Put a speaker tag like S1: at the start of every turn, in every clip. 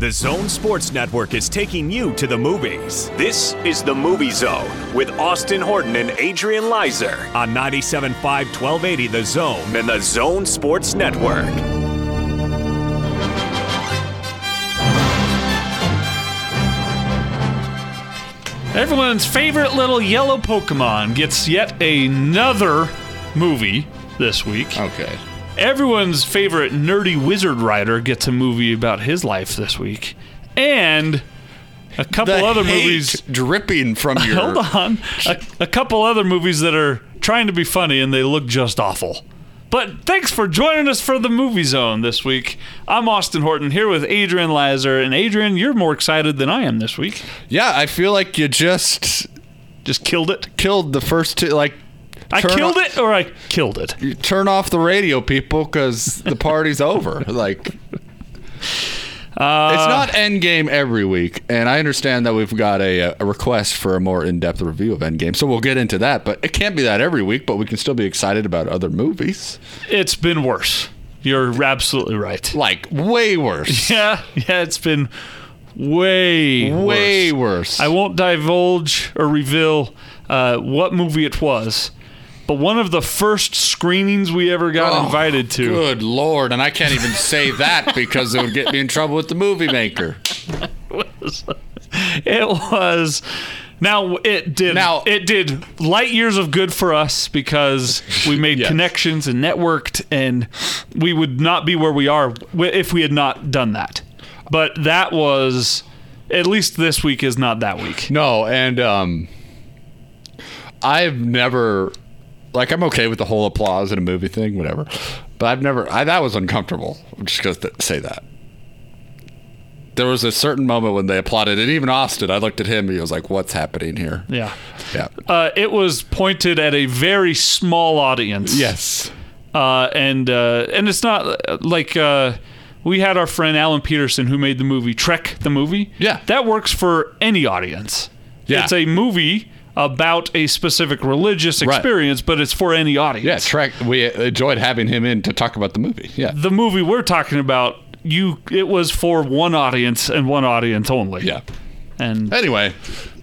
S1: The Zone Sports Network is taking you to the movies. This is the Movie Zone with Austin Horton and Adrian Lizer on 97.5 1280 The Zone and the Zone Sports Network.
S2: Everyone's favorite little yellow Pokemon gets yet another movie this week.
S3: Okay.
S2: Everyone's favorite nerdy wizard rider gets a movie about his life this week. And a couple
S3: The
S2: other
S3: hate
S2: movies.
S3: dripping from your.
S2: Hold on. A, a couple other movies that are trying to be funny and they look just awful. But thanks for joining us for the Movie Zone this week. I'm Austin Horton here with Adrian Lizer. And Adrian, you're more excited than I am this week.
S3: Yeah, I feel like you just
S2: Just killed it.
S3: killed the first two. Like,
S2: I
S3: turn
S2: killed
S3: o-
S2: it or I killed it.
S3: you turn off the radio, people, because the party's over. Like,
S2: Uh,
S3: it's not Endgame every week, and I understand that we've got a, a request for a more in-depth review of Endgame, so we'll get into that. But it can't be that every week, but we can still be excited about other movies,
S2: It's been worse. You're absolutely right.
S3: like way worse,
S2: Yeah, yeah, it's been way,
S3: way
S2: worse.
S3: worse.
S2: I won't divulge or reveal uh, what movie it was, but one of the first screenings we ever got
S3: Oh,
S2: invited to.
S3: Good lord, and I can't even say that because it would get me in trouble with the movie maker.
S2: It was. Now it did.
S3: Now-
S2: it did light years of good for us because we made
S3: Yes.
S2: connections and networked, and we would not be where we are w- if we had not done that. But that was, at least this week is not that week.
S3: No, and um, I've never like I'm okay with the whole applause in a movie thing, whatever. But I've never I that was uncomfortable. I'm just gonna th- say that. There was a certain moment when they applauded, and even Austin, I looked at him, and he was like, "What's happening here?"
S2: Yeah.
S3: Yeah.
S2: Uh, it was pointed at a very small audience.
S3: Yes.
S2: uh, and uh, and it's not uh, like uh, we had our friend Alan Peterson who made the movie Trek, the movie.
S3: Yeah.
S2: that works for any audience.
S3: Yeah.
S2: it's a movie about a specific religious
S3: Right.
S2: experience, but it's for any audience.
S3: Yeah, Trek. We enjoyed having him in to talk about the movie. Yeah.
S2: the movie we're talking about, you it was for one audience and one audience only.
S3: Yeah.
S2: and
S3: Anyway,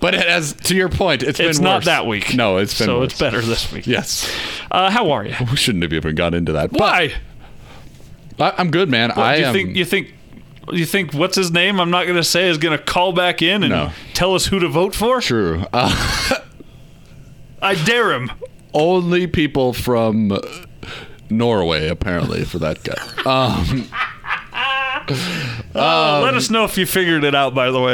S3: but it has to your point. It's been
S2: it's not
S3: worse.
S2: that week.
S3: No, it's been
S2: so
S3: worse.
S2: it's better this week.
S3: Yes.
S2: uh, how are you?
S3: We shouldn't have even got into that. But
S2: Why?
S3: I, I'm good, man. I
S2: you
S3: am.
S2: think you think you think what's his name? I'm not going to say is going to call back in and
S3: No.
S2: tell us who to vote for.
S3: True. Uh,
S2: I dare him.
S3: only people from Norway, apparently, for that guy. Uh,
S2: Uh, Let us know if you figured it out. By the way,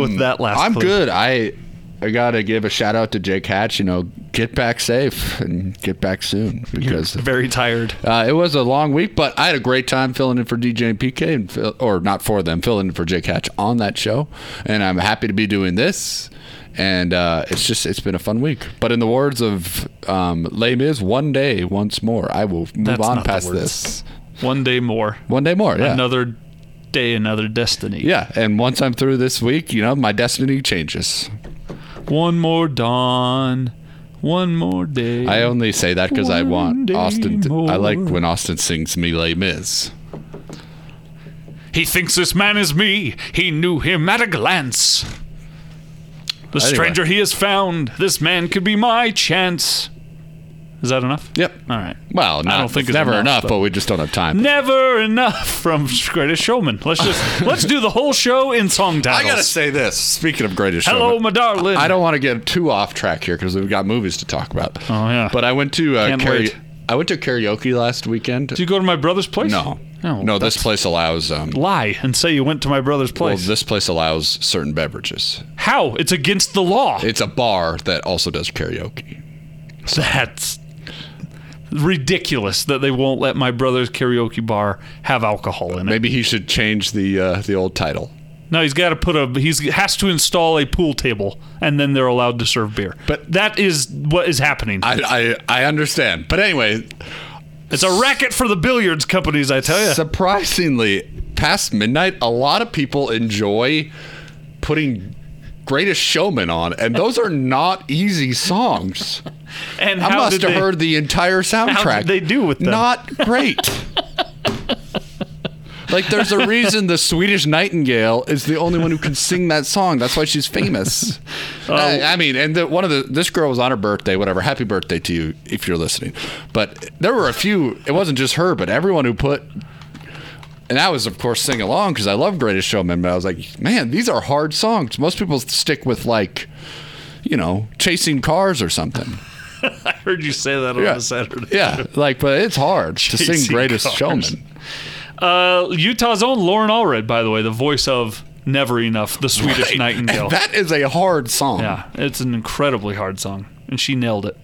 S2: with that last,
S3: Um, I'm
S2: clip.
S3: good. I I gotta give a shout out to Jake Hatch. You know, get back safe and get back soon because
S2: Very tired.
S3: uh, it was a long week, but I had a great time filling in for DJ and PK, and fill, or not for them, filling in for Jake Hatch on that show. And I'm happy to be doing this. And uh, it's just it's been a fun week. But in the words of um, Les Mis, one day once more, I will move
S2: That's
S3: on
S2: not the
S3: past
S2: words.
S3: this.
S2: One day more,
S3: One day more, yeah.
S2: another day, another destiny.
S3: Yeah, and once I'm through this week, you know, my destiny changes.
S2: One more dawn. One more day.
S3: I only say that because I
S2: One
S3: want
S2: day
S3: Austin. To, I like
S2: more.
S3: when Austin sings "Me Les Mis."
S2: he thinks this man is me. He knew him at a glance. The
S3: Anyway.
S2: stranger he has found. This man could be my chance. Is that enough?
S3: Yep.
S2: All right.
S3: Well, not,
S2: don't think
S3: it's
S2: it's
S3: never
S2: enough,
S3: enough,
S2: but-
S3: but, we just don't have time.
S2: Never enough from Greatest Showman. Let's just let's do the whole show in song
S3: I
S2: titles.
S3: gotta say this. Speaking of greatest
S2: Hello,
S3: showman,
S2: my darling.
S3: I don't want to get too off track here because we've got movies to talk about.
S2: Oh, yeah.
S3: But I went to uh,
S2: Can't
S3: karaoke.
S2: wait.
S3: I went to karaoke last weekend.
S2: Did you go to my brother's place?
S3: no,
S2: Oh,
S3: no. This place allows. Um,
S2: Lie and say you went to my brother's
S3: well,
S2: place.
S3: this place allows certain beverages.
S2: How? It's against the law.
S3: It's a bar that also does karaoke.
S2: That's ridiculous that they won't let my brother's karaoke bar have alcohol in it.
S3: Maybe he should change the uh, the old title.
S2: No, he's got to put a he's has to install a pool table and then they're allowed to serve beer.
S3: But-
S2: that is what is happening.
S3: I, I I understand, but anyway,
S2: it's a racket for the billiards companies, I tell you.
S3: surprisingly, past midnight, a lot of people enjoy putting Greatest Showman on, and those are not easy songs.
S2: and
S3: I
S2: how
S3: must
S2: did
S3: have
S2: they-
S3: heard the entire soundtrack.
S2: they do with them?
S3: Not great. Like, there's a reason the Swedish Nightingale is the only one who can sing that song. That's why she's famous.
S2: Oh.
S3: I, I mean, and the, one of the this girl was on her birthday, whatever. Happy birthday to you if you're listening. But there were a few. It wasn't just her, but everyone who put. And I was, of course, sing along because I love Greatest Showman. But I was like, man, these are hard songs. Most people stick with like, you know, chasing cars or something.
S2: I heard you say that on
S3: Yeah.
S2: a Saturday.
S3: Yeah, like, but it's hard to sing
S2: Chasing
S3: Greatest
S2: Cars.
S3: Showman.
S2: Uh, Utah's own Lauren Allred, by the way, the voice of Never Enough, the Swedish Nightingale.
S3: That is a hard song.
S2: yeah, it's an incredibly hard song, and she nailed it.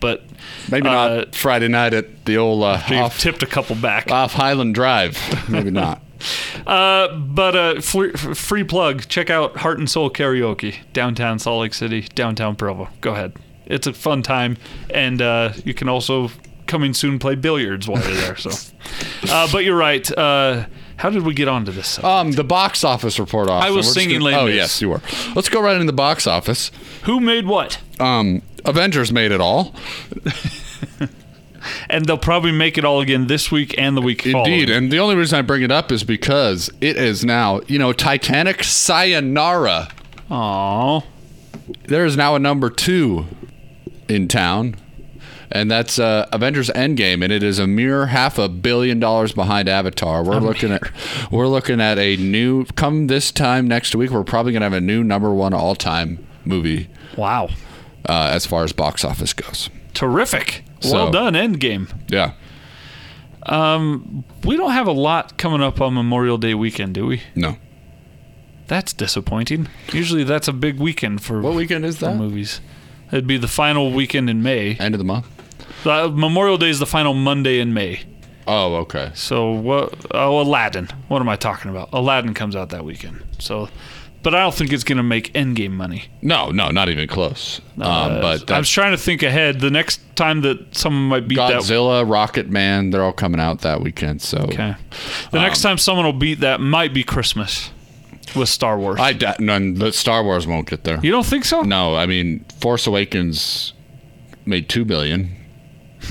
S2: But
S3: Maybe
S2: Uh,
S3: not Friday night at the old uh,
S2: she
S3: off,
S2: tipped a couple back.
S3: off Highland Drive. Maybe not.
S2: Uh, but uh, fl- f- free plug. Check out Heart and Soul Karaoke, downtown Salt Lake City, downtown Provo. Go ahead. It's a fun time, and uh, you can also coming soon play billiards while you're there. So, uh, but you're right. Uh, how did we get onto this? subject?
S3: Um, the box office report off.
S2: I was singing Les
S3: Oh
S2: Mis.
S3: yes, you were. Let's go right into the box office.
S2: Who made what?
S3: Um, Avengers made it all.
S2: And they'll probably make it all again this week and the week.
S3: Indeed,
S2: following.
S3: and the only reason I bring it up is because it is now you know Titanic Sayonara.
S2: Aw.
S3: There is now a number two in town. And that's uh, Avengers Endgame, and it is a mere half a billion dollars behind Avatar. We're looking at we're looking at a new come this time next week. We're probably gonna have a new number one all time movie
S2: Wow.
S3: uh, as far as box office goes.
S2: Terrific.
S3: So-
S2: well done, Endgame.
S3: Yeah,
S2: We don't have a lot coming up on Memorial Day weekend, do we?
S3: no.
S2: That's disappointing. Usually that's a big weekend for,
S3: What weekend is
S2: for
S3: that?
S2: movies. It'd be the final weekend in May.
S3: End of the month.
S2: Uh, Memorial Day is the final Monday in May.
S3: Oh, okay.
S2: So what? Oh, Aladdin. What am I talking about? Aladdin comes out that weekend. So, but I don't think it's gonna make Endgame money. Uh,
S3: No, no, not even close. um, but
S2: I was
S3: that's
S2: trying to think ahead. The next time that someone might beat that.
S3: Godzilla, Rocket Man, they're all coming out that weekend. So
S2: Okay. Um, The next time someone will beat that might be Christmas with Star Wars.
S3: I doubt- none. The Star Wars won't get there.
S2: you don't think so?
S3: No, I mean Force Awakens made two billion.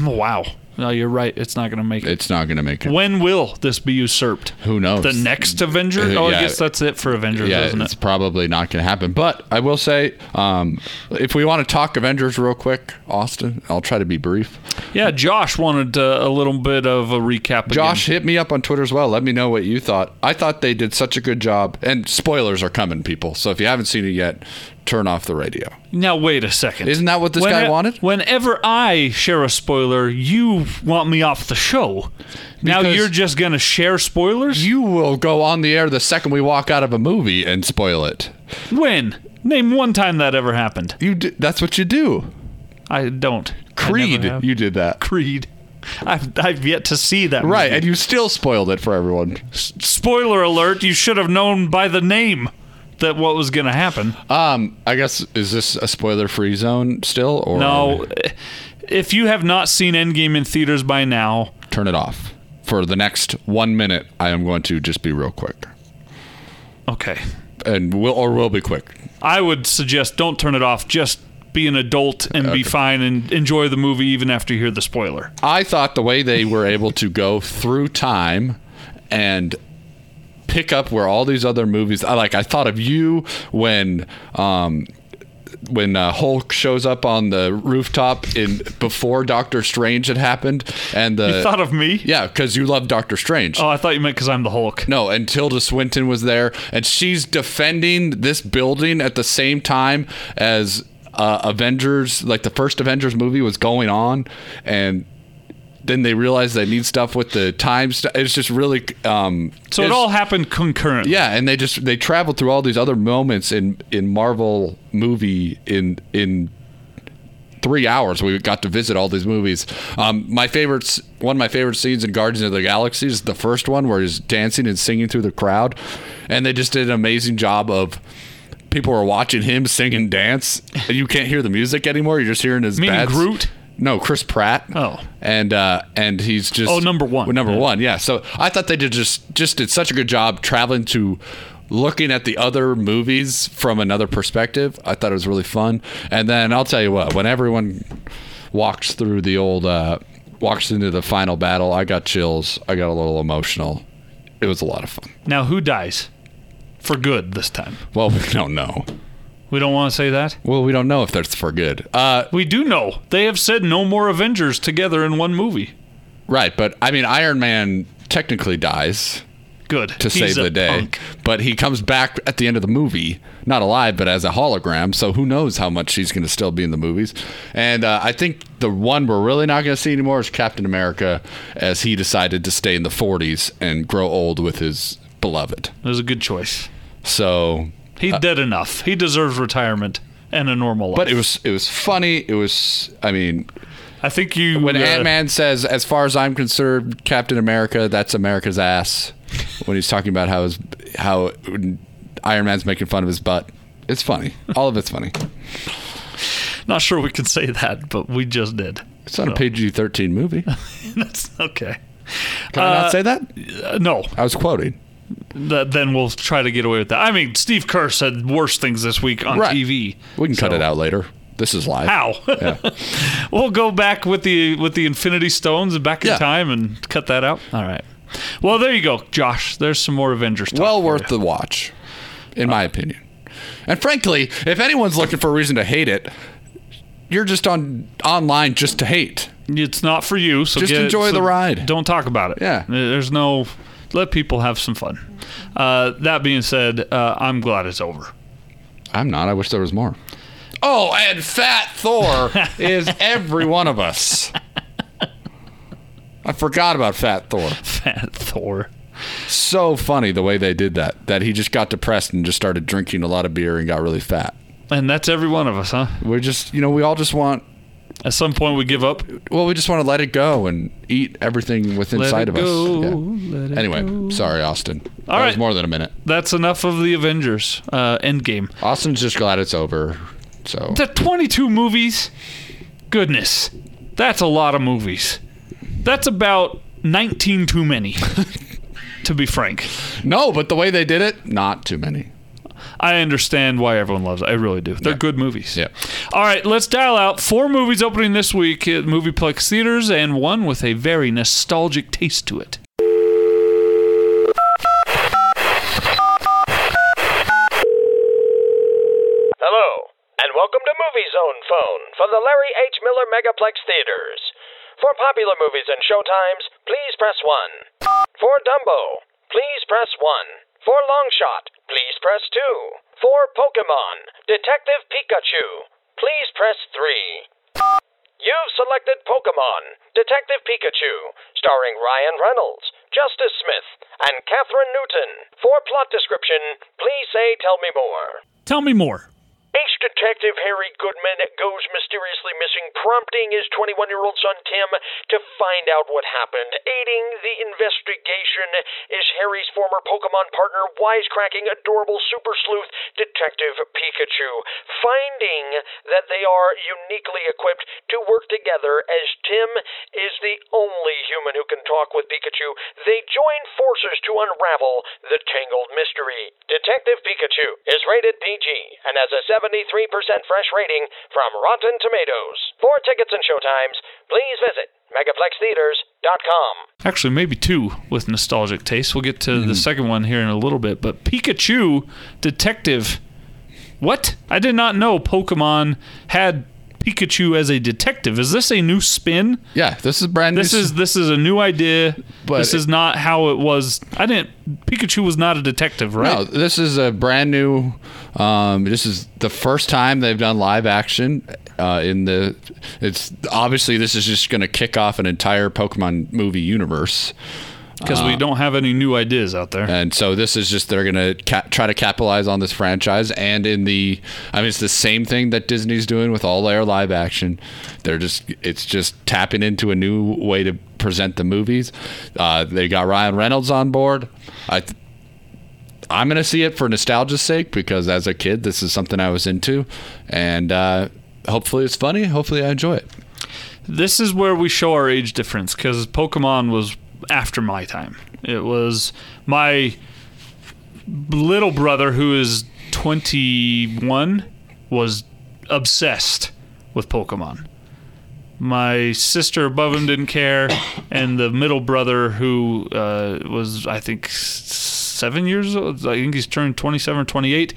S2: Oh, Wow. No, you're right. It's not gonna make it.
S3: It's not going to make it.
S2: When will this be usurped?
S3: Who knows?
S2: the next Avenger? Oh,
S3: Uh, yeah.
S2: I guess that's it for Avengers,
S3: Yeah,
S2: isn't
S3: it's
S2: it?
S3: probably not going to happen. But I will say, um, if we want to talk Avengers real quick, Austin, I'll try to be brief.
S2: Yeah, Josh wanted uh, a little bit of a recap. again.
S3: Josh, hit me up on Twitter as well. Let me know what you thought. I thought they did such a good job. And spoilers are coming, people. So if you haven't seen it yet, turn off the radio.
S2: Now wait a second. e-
S3: Isn't that what this guy wanted?
S2: Whenever I share a spoiler, you want me off the show. now
S3: Because-
S2: you're just gonna share spoilers?
S3: You will go on the air the second we walk out of a movie and spoil it.
S2: when? Name one time that ever happened.
S3: You d- that's what you do.
S2: I don't. I never
S3: Creed,
S2: have.
S3: you did that.
S2: Creed. I've, I've yet to see that.
S3: Right,
S2: movie.
S3: and you still spoiled it for everyone.
S2: Spoiler alert! You should have known by the name that what was gonna happen.
S3: Um, I guess is this a spoiler-free zone still, or
S2: No, eh, if you have not seen Endgame in theaters by now,
S3: Turn it off for the next one minute. I am going to just be real quick,
S2: okay,
S3: and will or will be quick.
S2: I would suggest don't turn it off. Just be an adult and be fine and enjoy the movie even after you hear the spoiler.
S3: I thought the way they were able to go through time and pick up where all these other movies I like I thought of you when um when uh, Hulk shows up on the rooftop in before Doctor Strange had happened and the
S2: You thought of me?
S3: Uh, yeah cuz you love Doctor Strange.
S2: Oh, I thought you meant because I'm the Hulk.
S3: No, and Tilda Swinton was there, and she's defending this building at the same time as uh, Avengers, like the first Avengers movie was going on, and then they realized they need stuff with the time. St- it's just really um,
S2: so it
S3: it's-
S2: all happened concurrently.
S3: yeah, and they just they traveled through all these other moments in in Marvel movie in in three hours. We got to visit all these movies. Um, my favorites, one of my favorite scenes in Guardians of the Galaxy is the first one where he's dancing and singing through the crowd, and they just did an amazing job of. People were watching him sing and dance, and you can't hear the music anymore. You're just hearing his
S2: Meaning
S3: bats.
S2: Groot?
S3: No, Chris Pratt.
S2: Oh.
S3: and uh, and he's just
S2: Oh, number one.
S3: number
S2: Yeah.
S3: one one. Yeah. So I thought they did just just did such a good job traveling to looking at the other movies from another perspective. I thought it was really fun. And then I'll tell you what, when everyone walks through the old uh walks into the final battle, I got chills. I got a little emotional. It was a lot of fun.
S2: Now, who dies? For good this time.
S3: Well, we don't know.
S2: We don't want to say that.
S3: Well, we don't know if that's for good. Uh,
S2: We do know. They have said no more Avengers together in one movie.
S3: right, but I mean, Iron Man technically dies
S2: Good.
S3: to save the day, but he comes back at the end of the movie, not alive, but as a hologram. So who knows how much he's going to still be in the movies? And uh, I think the one we're really not going to see anymore is Captain America, as he decided to stay in the 40s and grow old with his beloved.
S2: It was a good choice.
S3: So
S2: He did enough. He deserves retirement and a normal life.
S3: Uh, But it was it was funny. It was I mean
S2: I think you
S3: when
S2: uh,
S3: Ant Man says, "As far as I'm concerned, Captain America, that's America's ass." When he's talking about how his how Iron Man's making fun of his butt, it's funny. All of it's funny.
S2: Not sure we can say that, but we just did.
S3: It's not a PG-13 movie. Can
S2: That's okay.
S3: I not say that?
S2: Uh, no,
S3: I was quoting.
S2: Th- then we'll try to get away with that. I mean, Steve Kerr said worse things this week on
S3: Right.
S2: TV.
S3: We can
S2: so-
S3: cut
S2: Ah,
S3: it out later. This is live.
S2: How? we'll go back with the with the Infinity Stones and back in
S3: Yeah.
S2: time and cut that out. All right. Well, there you go, Josh. There's some more Avengers. Talk
S3: well
S2: for
S3: worth
S2: you.
S3: the watch, in my opinion. And frankly, if anyone's looking for a reason to hate it, you're just on online just to hate.
S2: It's not for you, so
S3: Just
S2: get-
S3: enjoy
S2: so
S3: the ride.
S2: Don't talk about it. Uh,
S3: Yeah.
S2: There's no. Let people have some fun. Uh, that being said, uh, I'm glad it's over.
S3: I'm not. I wish there was more. Oh, and Fat Thor is every one of us. I forgot about Fat Thor.
S2: Fat Thor.
S3: So funny the way they did that. That he just got depressed and just started drinking a lot of beer and got really fat.
S2: And that's every one of us, huh?
S3: We're just, you know, we all just want,
S2: At some point, we give up.
S3: well, we just want to let it go and eat everything within
S2: Let
S3: sight
S2: it
S3: of
S2: go.
S3: us. Yeah.
S2: Let it
S3: Anyway,
S2: go.
S3: sorry, Austin.
S2: All
S3: that
S2: right.
S3: was more than a minute.
S2: that's enough of the Avengers uh, Endgame.
S3: Austin's just glad it's over. So
S2: The 22 movies. Goodness, that's a lot of movies. That's about 19 too many, to be frank.
S3: no, but the way they did it, not too many.
S2: I understand why everyone loves it. I really do. They're good movies.
S3: Yeah.
S2: All right, let's dial out four movies opening this week at Movieplex theaters and one with a very nostalgic taste to it.
S4: Hello, and welcome to Movie Zone Phone from the Larry H. Miller Megaplex Theaters. For popular movies and showtimes, please press 1. For Dumbo, please press 1. For Longshot, please press 2. For Pokemon, Detective Pikachu, please press 3. You've selected Pokemon, Detective Pikachu, starring Ryan Reynolds, Justice Smith, and Katherine Newton. For plot description, please say Tell Me More.
S2: Tell me more.
S4: Ace Detective Harry Goodman goes mysteriously missing, prompting his 21 year old son Tim to find out what happened. Aiding the investigation is Harry's former Pokemon partner, wisecracking, adorable super sleuth Detective Pikachu, finding that they are uniquely equipped to work together as Tim is the only human who can talk with Pikachu. They join forces to unravel the tangled mystery. Detective Pikachu is rated PG and has a 73% fresh rating from Rotten Tomatoes. For tickets and showtimes, please visit megaplextheaters.com.
S2: Actually, maybe two with nostalgic taste. We'll get to the second one here in a little bit. But Pikachu Detective. What? I did not know Pokemon had Pikachu as a detective. Is this a new spin?
S3: Yeah, this is brand new.
S2: This is this is a new idea.
S3: But
S2: this is not how it was. I didn't. Pikachu was not a detective, right?
S3: No, this is a brand new. Um, this is the first time they've done live action. Uh, in the, it's obviously this is just going to kick off an entire Pokemon movie universe,
S2: because we don't have any new ideas out there.
S3: and so this is just they're going to ca- try to capitalize on this franchise. And in the, I mean, it's the same thing that Disney's doing with all their live action. They're just, it's just tapping into a new way to present the movies. Uh, they got Ryan Reynolds on board. I. Th- I'm gonna see it for nostalgia's sake because as a kid, this is something I was into, and uh, hopefully it's funny. Hopefully I enjoy it.
S2: this is where we show our age difference because Pokemon was after my time. It was my little brother, who is 21, was obsessed with Pokemon. my sister above him didn't care, and the middle brother who uh, was I think s- seven years old. I think he's turned 27 or 28.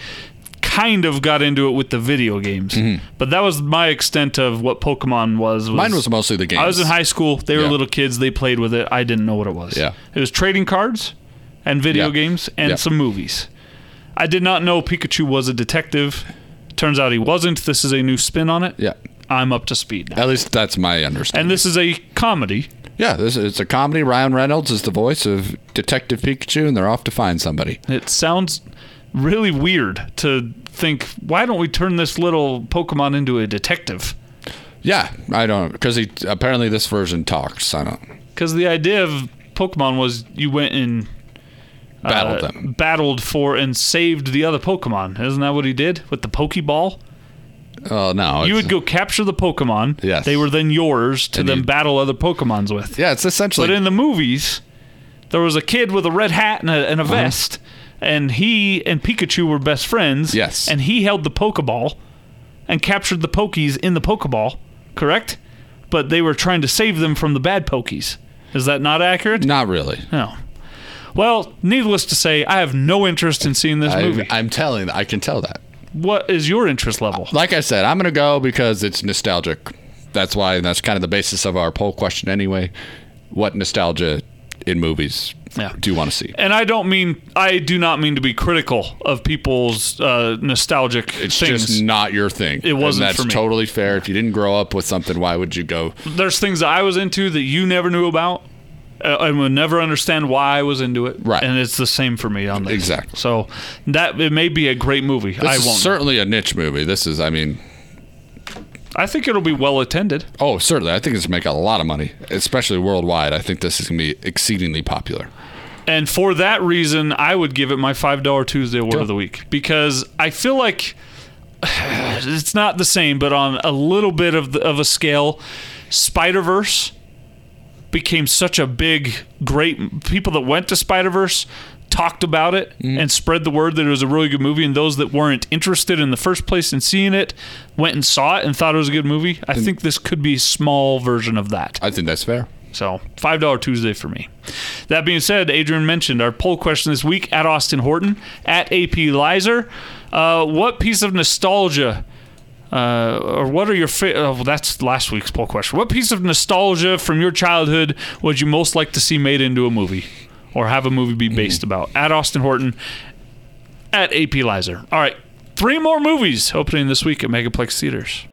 S2: Kind of got into it with the video games, but that was my extent of what Pokemon was.
S3: Mm-hmm. Mine was mostly the games.
S2: I was in high school. They were
S3: Yeah.
S2: little kids. They played with it. I didn't know what it was.
S3: Yeah.
S2: It was trading cards and video
S3: Yeah.
S2: games and
S3: Yeah.
S2: some movies. I did not know Pikachu was a detective. Turns out he wasn't. This is a new spin on it.
S3: Yeah.
S2: I'm up to speed now.
S3: At least that's my understanding.
S2: And this is a comedy.
S3: yeah, this is, it's a comedy. Ryan Reynolds is the voice of Detective Pikachu, and they're off to find somebody.
S2: It sounds really weird to think why don't we turn this little Pokemon into a detective?
S3: Yeah, I don't because he apparently this version talks. I don't
S2: Because the idea of Pokemon was you went and uh,
S3: battle them.
S2: battled for and saved the other Pokemon. Isn't that what he did with the Pokeball?
S3: Oh
S2: You
S3: no, it's-
S2: would go capture the Pokemon.
S3: Yes.
S2: They were then yours to
S3: And
S2: then
S3: you-
S2: battle other Pokemons with.
S3: Yeah, it's essentially
S2: But in the movies, there was a kid with a red hat and a, and a
S3: Uh-huh.
S2: vest, and he and Pikachu were best friends.
S3: Yes.
S2: And he held the Pokeball and captured the Pokies in the Pokeball, correct? But they were trying to save them from the bad Pokies. Is that not accurate?
S3: not really.
S2: No. Well, needless to say, I have no interest in seeing this
S3: I,
S2: movie.
S3: I'm telling. I can tell that.
S2: what is your interest level?
S3: Like I said, I'm gonna go because it's nostalgic. That's why, and that's kind of the basis of our poll question anyway. What nostalgia in movies
S2: Yeah.
S3: do you want to see?
S2: and I don't mean I do not mean to be critical of people's uh, nostalgic
S3: It's
S2: things.
S3: just not your thing. It
S2: wasn't
S3: And that's
S2: for me.
S3: totally fair. If you didn't grow up with something, why would you go?
S2: There's things that I was into that you never knew about, uh, and would never understand why I was into it.
S3: Right.
S2: and it's the same for me on this.
S3: Exactly.
S2: So that it may be a great movie.
S3: This
S2: I
S3: is
S2: won't.
S3: certainly a niche movie. This is, I mean,
S2: I think it'll be well attended.
S3: oh, certainly. I think it's gonna make a lot of money, especially worldwide. I think this is gonna be exceedingly popular.
S2: And for that reason, I would give it my five dollar Tuesday award of the week because I feel like it's not the same, but on a little bit of the, of a scale, Spider Verse became such a big, great people that went to Spider Verse talked about it and spread the word that it was a really good movie and those that weren't interested in the first place in seeing it went and saw it and thought it was a good movie. I think this could be a small version of that.
S3: I think that's fair.
S2: So five dollar Tuesday for me. That being said, Adrian mentioned our poll question this week at Austin Horton at AP Lizer. Uh, what piece of nostalgia? Uh, or what are your fa- oh, that's last week's poll question. What piece of nostalgia from your childhood would you most like to see made into a movie, or have a movie be based about? At Austin Horton, at AP Lizer. All right, three more movies opening this week at Megaplex Theaters.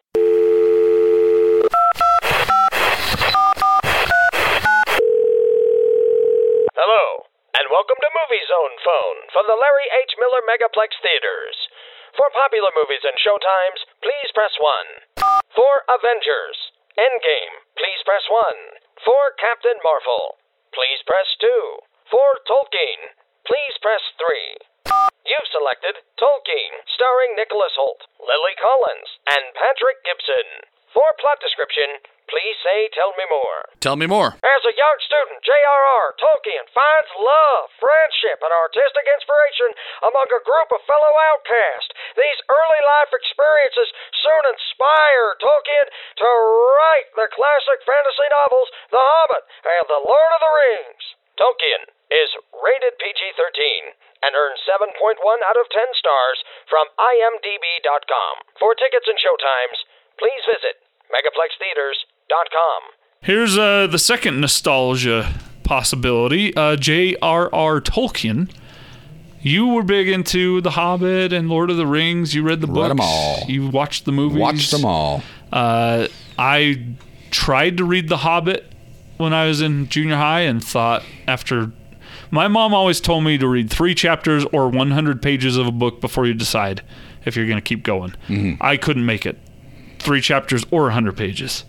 S4: Hello, and welcome to Movie Zone Phone from the Larry H. Miller Megaplex Theaters. For popular movies and showtimes, please press 1. For Avengers Endgame, please press 1. For Captain Marvel, please press 2. For Tolkien, please press 3. You've selected Tolkien, starring Nicholas Holt, Lily Collins, and Patrick Gibson. For plot description, please say Tell Me More.
S3: Tell me more.
S4: As a young student, J.R.R. Tolkien finds love, friendship, and artistic inspiration among a group of fellow outcasts. These early life experiences soon inspire Tolkien to write the classic fantasy novels The Hobbit and The Lord of the Rings. Tolkien is rated PG 13 and earned 7.1 out of 10 stars from IMDb.com. For tickets and showtimes, please visit megaplextheaters.com.
S2: Here's uh, the second nostalgia possibility. Uh, J.R.R. Tolkien. You were big into The Hobbit and Lord of the Rings. You read the books.
S3: Read 'em all.
S2: You watched the movies.
S3: Watch them all.
S2: Uh, I tried to read The Hobbit when I was in junior high and thought after. My mom always told me to read three chapters or 100 pages of a book before you decide if you're going to keep going. I couldn't make it. Three chapters or 100 pages.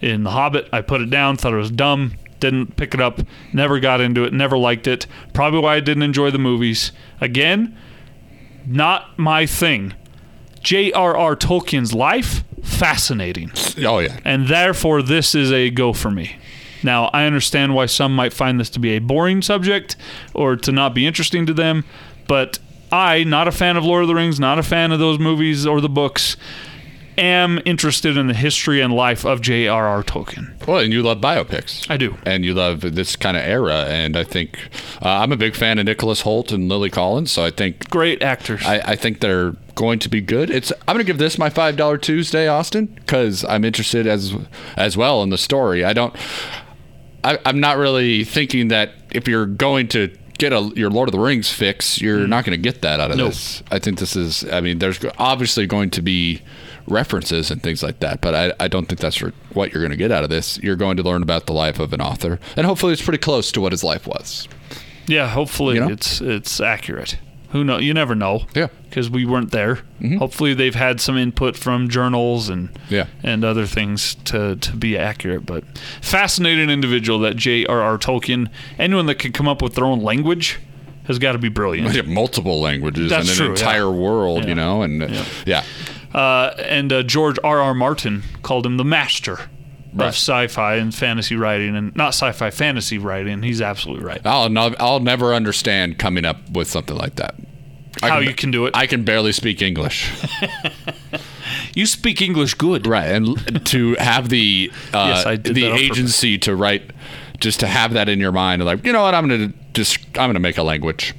S2: In The Hobbit, I put it down, thought it was dumb, didn't pick it up, never got into it, never liked it. Probably why I didn't enjoy the movies. Again, not my thing. J.R.R. Tolkien's life, fascinating
S3: Oh yeah.
S2: and therefore this is a go for me. Now, I understand why some might find this to be a boring subject or to not be interesting to them, but I, not a fan of Lord of the Rings, not a fan of those movies or the books, am interested in the history and life of J.R.R. Tolkien.
S3: Well, and you love biopics.
S2: I do.
S3: And you love this kind of era. And I think uh, I'm a big fan of Nicholas Holt and Lily Collins. So I think
S2: Great actors.
S3: I, I think they're going to be good. It's I'm going to give this my five dollar Tuesday, Austin, because I'm interested as as well in the story. I don't. I, I'm not really thinking that if you're going to get a your Lord of the Rings fix, you're
S2: Mm-hmm.
S3: not going to get that out of this. I think this is. I mean, there's obviously going to be references and things like that, but I, I don't think that's your- what you're going to get out of this. You're going to learn about the life of an author, and hopefully, it's pretty close to what his life was.
S2: yeah, hopefully
S3: You know?
S2: it's it's accurate. Who know? You never know.
S3: Yeah. Mm-hmm.
S2: Because we weren't there. Hopefully they've had some input from journals and
S3: Yeah.
S2: and other things to to be accurate. But fascinating individual that J.R.R. Tolkien. Anyone that can come up with their own language has got to be brilliant.
S3: Multiple languages
S2: That's
S3: and an
S2: true, yeah.
S3: entire world,
S2: Yeah.
S3: you know, and yeah.
S2: Uh, and uh, George R. R. Martin called him the master
S3: Right.
S2: of sci-fi and fantasy writing, and not sci-fi fantasy writing. He's absolutely right.
S3: I'll no, I'll never understand coming up with something like that. I
S2: How you can do it?
S3: I can barely speak English.
S2: you speak English good.
S3: right, and to have the uh,
S2: Yes, I did
S3: the
S2: that on purpose.
S3: agency to write, just to have that in your mind, like you know what, I'm gonna just I'm gonna make a language.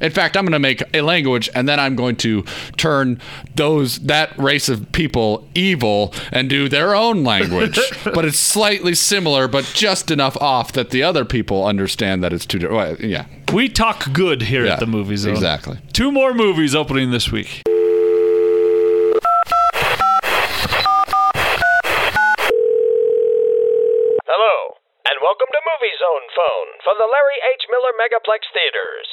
S3: In fact, I'm going to make a language, and then I'm going to turn those that race of people evil and do their own language. but it's slightly similar, but just enough off that the other people understand that it's two. di- Well, yeah,
S2: We talk good here
S3: yeah,
S2: at the movies.
S3: Exactly.
S2: Two more movies opening this week.
S4: Hello, and welcome to Movie Zone Phone from the Larry H. Miller Megaplex Theaters.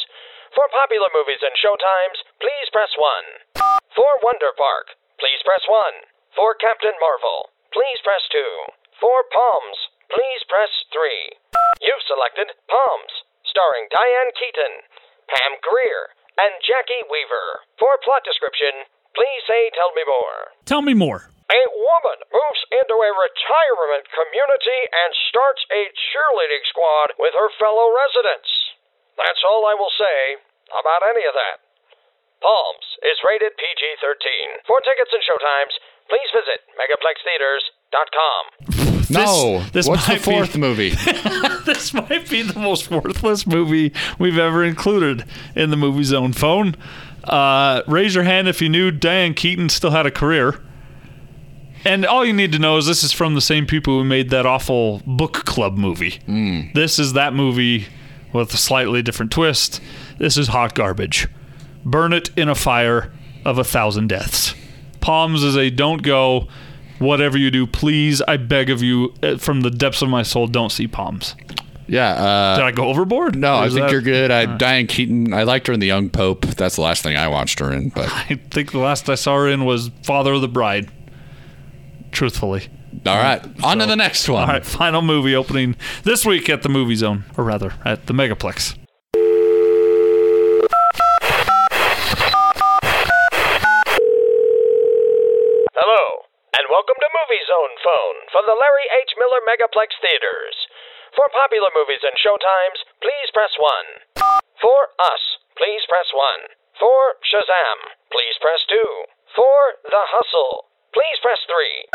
S4: For popular movies and showtimes, please press 1. For Wonder Park, please press 1. For Captain Marvel, please press 2. For Palms, please press 3. You've selected Palms, starring Diane Keaton, Pam Greer, and Jackie Weaver. For plot description, please say Tell Me More.
S2: Tell me more.
S4: A woman moves into a retirement community and starts a cheerleading squad with her fellow residents. That's all I will say about any of that. Palms is rated PG 13. For tickets and showtimes, please visit megaplextheaters.com.
S3: No,
S2: this
S3: what's the
S2: might be-
S3: fourth movie?
S2: This might be the most worthless movie we've ever included in the movie zone phone. Uh, raise your hand if you knew Diane Keaton still had a career. And all you need to know is this is from the same people who made that awful book club movie. This is that movie with a slightly different twist. This is hot garbage. Burn it in a fire of a thousand deaths. Palms is a don't go. Whatever you do, please, I beg of you, eh, from the depths of my soul, don't see palms.
S3: yeah, uh,
S2: Did I go overboard? Or
S3: No, I
S2: is
S3: think
S2: that-
S3: you're good.
S2: uh,
S3: I, Diane Keaton, I liked her in The Young Pope. That's the last thing I watched her in. But
S2: I think the last I saw her in was Father of the Bride. Truthfully.
S3: all right, on to the next one.
S2: All right, final movie opening this week at the Movie Zone, or rather, at the Megaplex.
S4: Hello, and welcome to Movie Zone Phone from the Larry H. Miller Megaplex Theaters. For popular movies and showtimes, please press 1. For Us, please press 1. For Shazam, please press 2. For The Hustle, please press 3.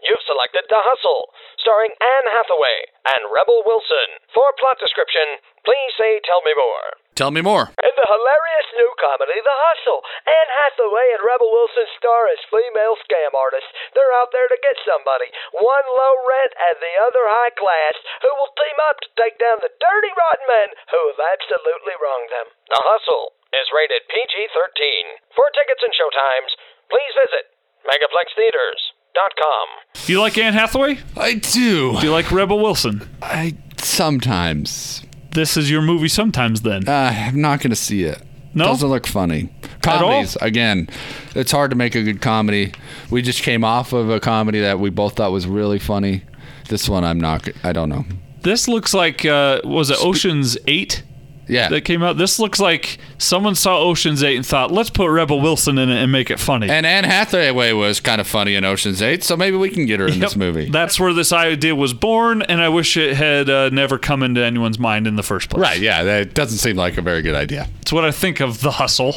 S4: You've selected The Hustle, starring Anne Hathaway and Rebel Wilson. For plot description, please say Tell Me More.
S3: Tell me more.
S4: In the hilarious new comedy The Hustle, Anne Hathaway and Rebel Wilson star as female scam artists. They're out there to get somebody, one low rent and the other high class, who will team up to take down the dirty rotten men who have absolutely wronged them. The Hustle is rated PG 13. For tickets and showtimes, please visit megaplextheaters.com.
S2: Do you like Anne Hathaway? Do
S3: I do.
S2: you like Rebel Wilson?
S3: I sometimes.
S2: This is your movie sometimes then.
S3: Uh, I'm not going to see it.
S2: No?
S3: Doesn't look funny.
S2: all?
S3: Comedies, again, it's hard to make a good comedy. We just came off of a comedy that we both thought was really funny. This one, I'm not. g- I don't know.
S2: This looks like, uh, was it Ocean's 8
S3: Yeah.
S2: that came out? This looks like someone saw Ocean's 8 and thought, let's put Rebel Wilson in it and make it funny.
S3: and Anne Hathaway was kind of funny in Ocean's Eight, so maybe we can get her in this
S2: Yep.
S3: movie.
S2: That's where this idea was born, and I wish it had uh, never come into anyone's mind in the first place.
S3: right? Yeah, that doesn't seem like a very good idea.
S2: It's what I think of the hustle.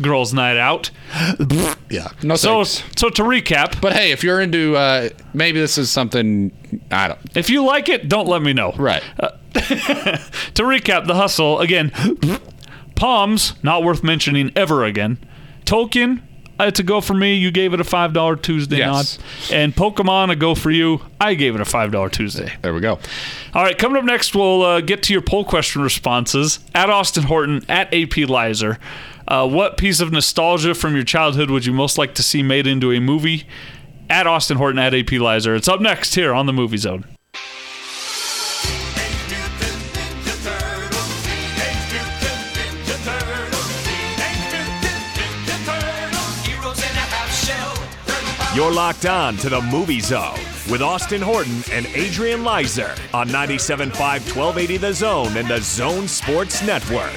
S2: girls' night out.
S3: Yeah. No
S2: So,
S3: thanks.
S2: so to recap,
S3: But hey, if you're into uh, maybe this is something I don't
S2: if you like it, don't let me know.
S3: right.
S2: To recap, the hustle again. Palms, not worth mentioning ever again. Tolkien, it's a go for me. You gave it a five dollar Tuesday
S3: Yes.
S2: nod, and Pokemon a go for you. I gave it a five dollar Tuesday.
S3: there we go.
S2: All right, coming up next, we'll uh, get to your poll question responses at Austin Horton at AP Lizer. Uh, what piece of nostalgia from your childhood would you most like to see made into a movie? At Austin Horton at AP Lizer. It's up next here on the Movie Zone.
S1: You're locked on to the Movie Zone with Austin Horton and Adrian Lizer on 97.5 1280 The Zone and the Zone Sports Network.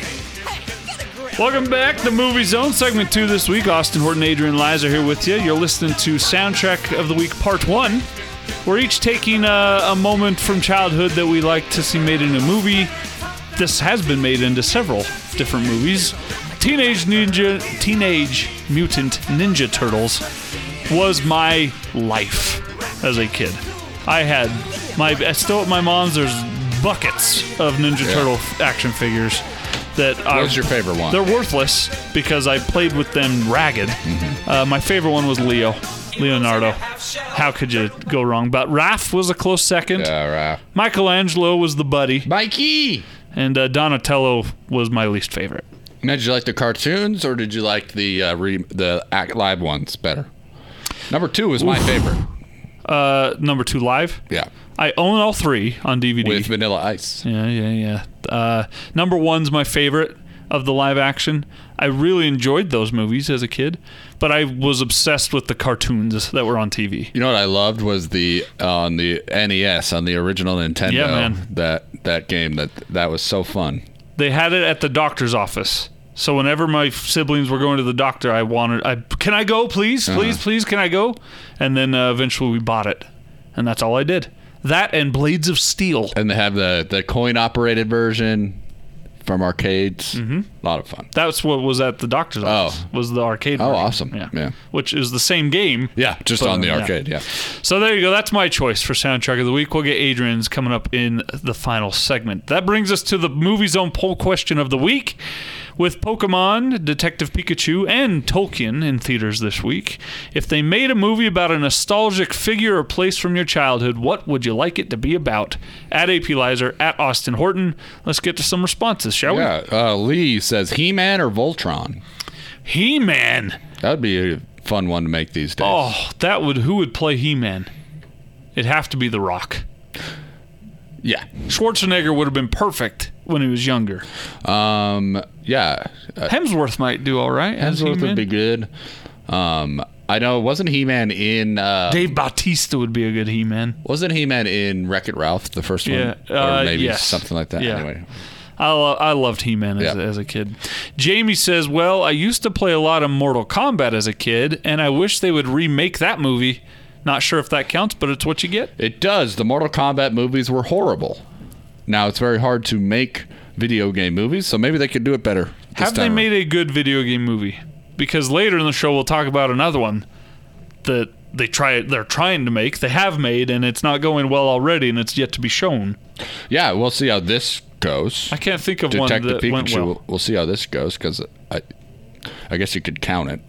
S2: Welcome back, the Movie Zone segment two this week. Austin Horton, Adrian Lizer here with you. You're listening to Soundtrack of the Week Part One. We're each taking a, a moment from childhood that we like to see made in a movie. This has been made into several different movies. Teenage Ninja, Teenage Mutant Ninja Turtles was my life as a kid. I had my I still at my mom's. There's buckets of Ninja Turtle action figures that I
S3: What's your favorite one?
S2: they're worthless because I played with them ragged. Uh, my favorite one was Leo, Leonardo. How could you go wrong? But Raph was a close second.
S3: All right.
S2: Michelangelo was the buddy,
S3: Uh, Mikey.
S2: and uh, Donatello was my least favorite.
S3: Now, did you like the cartoons or did you like the uh, re- the act live ones better? Number two was my favorite.
S2: Uh, number two, live.
S3: Yeah,
S2: I own all three on DVD.
S3: with Vanilla Ice.
S2: yeah, yeah, yeah. Uh, number one's my favorite of the live action. I really enjoyed those movies as a kid, but I was obsessed with the cartoons that were on TV.
S3: You know what I loved was the on the NES on the original Nintendo.
S2: Yeah, man.
S3: That that game that that was so fun.
S2: they had it at the doctor's office. So whenever my siblings were going to the doctor, I wanted, I can I go, please,
S3: Uh-huh.
S2: please, please, can I go? And then uh, eventually we bought it, and that's all I did. That and Blades of Steel.
S3: And they have the the coin operated version from arcades. Mm-hmm. A lot of fun.
S2: That's what was at the doctor's office. Was the arcade?
S3: Oh,
S2: version.
S3: awesome. Yeah.
S2: Which is the same game.
S3: Yeah, just
S2: But,
S3: on the
S2: yeah.
S3: arcade. Yeah.
S2: So there you go. That's my choice for soundtrack of the week. We'll get Adrian's coming up in the final segment. That brings us to the movie zone poll question of the week with Pokemon, Detective Pikachu, and Tolkien in theaters this week. If they made a movie about a nostalgic figure or place from your childhood, what would you like it to be about? At AP Lizer, at Austin Horton. Let's get to some responses, shall
S3: Yeah. Uh, Lee says He Man or Voltron.
S2: we? He Man.
S3: That would be a fun one to make these days.
S2: Oh, that would who would play He Man? It'd have to be The Rock.
S3: Yeah.
S2: Schwarzenegger would have been perfect when he was younger.
S3: Um. Yeah. Uh,
S2: Hemsworth might do all right. as
S3: Hemsworth
S2: He-Man.
S3: would be good. Um. I know. Wasn't He Man in? Uh,
S2: Dave Bautista would be a good He-Man.
S3: wasn't He Man in Wreck It Ralph the first
S2: Yeah,
S3: one?
S2: uh,
S3: or maybe
S2: yes.
S3: something like that.
S2: Yeah.
S3: Anyway.
S2: I, lo- I loved He-Man as,
S3: Yeah.
S2: as a kid. Jamie says, "Well, I used to play a lot of Mortal Kombat as a kid, and I wish they would remake that movie. Not sure if that counts, but it's what you get.
S3: It does. The Mortal Kombat movies were horrible. Now it's very hard to make video game movies, so maybe they could do it better. this
S2: Have they
S3: time
S2: made a good video game movie? Because later in the show, we'll talk about another one that they try they're trying to make. They have made, and it's not going well already, and it's yet to be shown.
S3: around. Yeah, we'll see how this goes.
S2: I can't think of one
S3: Detective
S2: that went
S3: Pikachu.
S2: well.
S3: We'll, we'll see how this goes because I, I guess you could count it.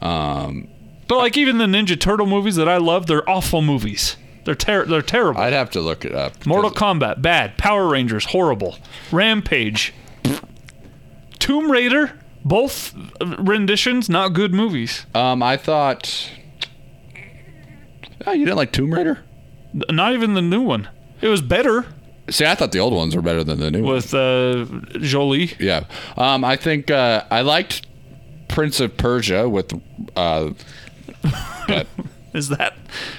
S2: But like even the Ninja Turtle movies that I love, they're awful movies. They're ter- they're terrible.
S3: I'd have to look it up. 'cause-
S2: Mortal Kombat bad, Power Rangers horrible, Rampage, Tomb Raider both renditions not good movies.
S3: Um, I thought. Oh, you didn't like Tomb Raider?
S2: Not even the new one. It was better
S3: See, I thought the old ones were better than the new ones.
S2: with uh, Jolie.
S3: Yeah. Um, I think uh, I liked Prince of Persia with. Uh, but,
S2: Is that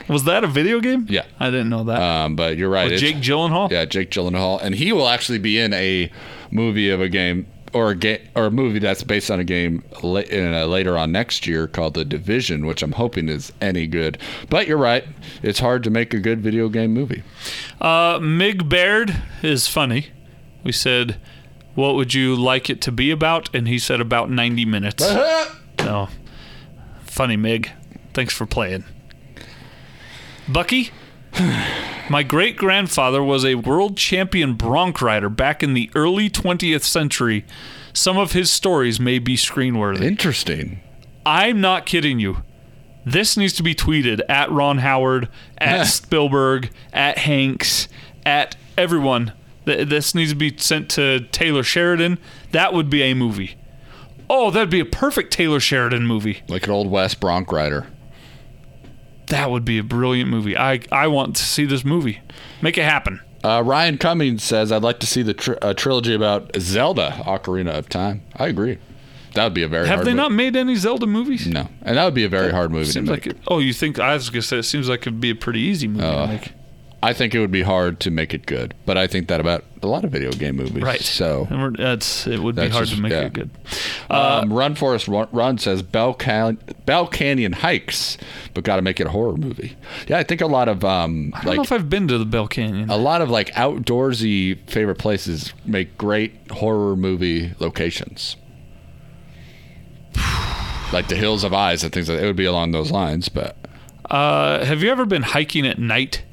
S2: was that a video game?
S3: Yeah.
S2: I didn't know that.
S3: um, but you're right.
S2: with
S3: it's-
S2: Jake Gyllenhaal.
S3: Yeah, Jake Gyllenhaal, and he will actually be in a movie of a game or a game or a movie that's based on a game la- in a, later on next year called The Division, which I'm hoping is any good. But you're right; it's hard to make a good
S2: Uh,
S3: video game movie.
S2: Mig Baird is funny. We said what would you like it to be about? And he said about 90 minutes. no. Funny, Mig. Thanks for playing. Bucky, my great grandfather was a world champion bronc rider back in the early 20th century. Some of his stories may be screenworthy.
S3: Interesting.
S2: I'm not kidding you. This needs to be tweeted at Ron Howard, at
S3: Yeah.
S2: Spielberg, at Hanks, at everyone. Th- This needs to be sent to Taylor Sheridan. That would be a movie. Oh, that'd be a perfect Taylor Sheridan movie.
S3: Like an old West Bronc rider.
S2: That would be a brilliant movie. I, I want to see this movie. Make it happen.
S3: Uh, Ryan Cummings says, I'd like to see the tr- uh, trilogy about Zelda Ocarina of Time. I agree. That would be a very
S2: Have
S3: hard
S2: they
S3: movie.
S2: not made any Zelda movies?
S3: No. And that would be a very hard movie to
S2: Seems
S3: make. Oh.
S2: like it, oh, you think I was gonna say it seems like it'd be a pretty easy movie. to make.
S3: I think it would be hard to make it good, but I think that about a lot of video game movies.
S2: right?
S3: So
S2: and we're, that's it would be
S3: That's
S2: hard
S3: just-
S2: to make
S3: yeah.
S2: it good. Uh,
S3: um, Run Forest Run, Run says Bell, Can- Bell Canyon hikes, but got to make it a horror movie. Yeah, I think a lot of um,
S2: I don't know
S3: like Uh,
S2: if I've been to the Bell Canyon.
S3: a lot of like outdoorsy favorite places make great horror movie locations. Like the Hills of Eyes and things like that. It would be along those lines, but
S2: Uh, have you ever been hiking at night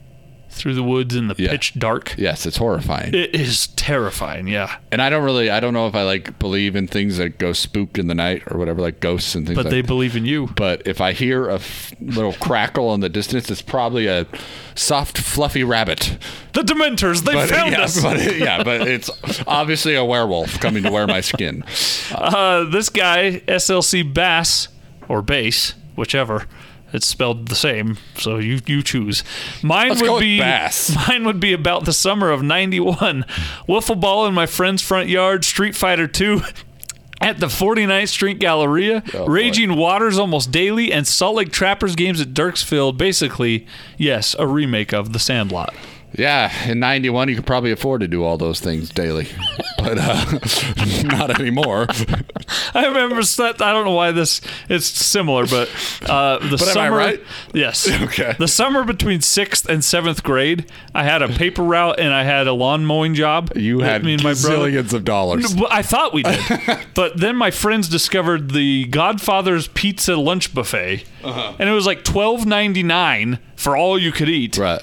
S2: through the woods in the
S3: Yeah.
S2: pitch dark?
S3: yes, it's horrifying.
S2: It is terrifying. Yeah,
S3: and I don't really, I don't know if I like believe in things that go spooked in the night or whatever, like ghosts and things
S2: but
S3: like
S2: they believe in you.
S3: but if I hear a f- little crackle in the distance, it's probably a soft, fluffy rabbit.
S2: The Dementors, they
S3: But,
S2: found
S3: yeah,
S2: us.
S3: but, yeah, but it's obviously a werewolf coming to wear my skin.
S2: Uh, this guy, SLC Bass or Bass, whichever. It's spelled the same, so you you choose. Mine
S3: Let's
S2: would
S3: go with
S2: be
S3: Bass.
S2: mine would be about the summer of '91. Wiffle ball in my friend's front yard. Street Fighter Two. At the 49th Street Galleria,
S3: Oh, boy.
S2: Raging Waters almost daily, and Salt Lake Trappers games at Dirksfield. Basically, yes, a remake of The Sandlot.
S3: Yeah, in '91, you could probably afford to do all those things daily, but uh, not anymore.
S2: I remember that. I don't know why this. It's similar, but uh, the
S3: am I
S2: summer.
S3: right?
S2: Yes.
S3: Okay.
S2: The summer between sixth and seventh grade, I had a paper route and I had a lawn mowing job.
S3: You
S2: that
S3: had
S2: me and my brother.
S3: zillions of dollars.
S2: Well, I thought we did, but then my friends discovered the Godfather's Pizza Lunch Buffet,
S3: Uh-huh.
S2: and it was like twelve ninety nine for all you could eat.
S3: Right.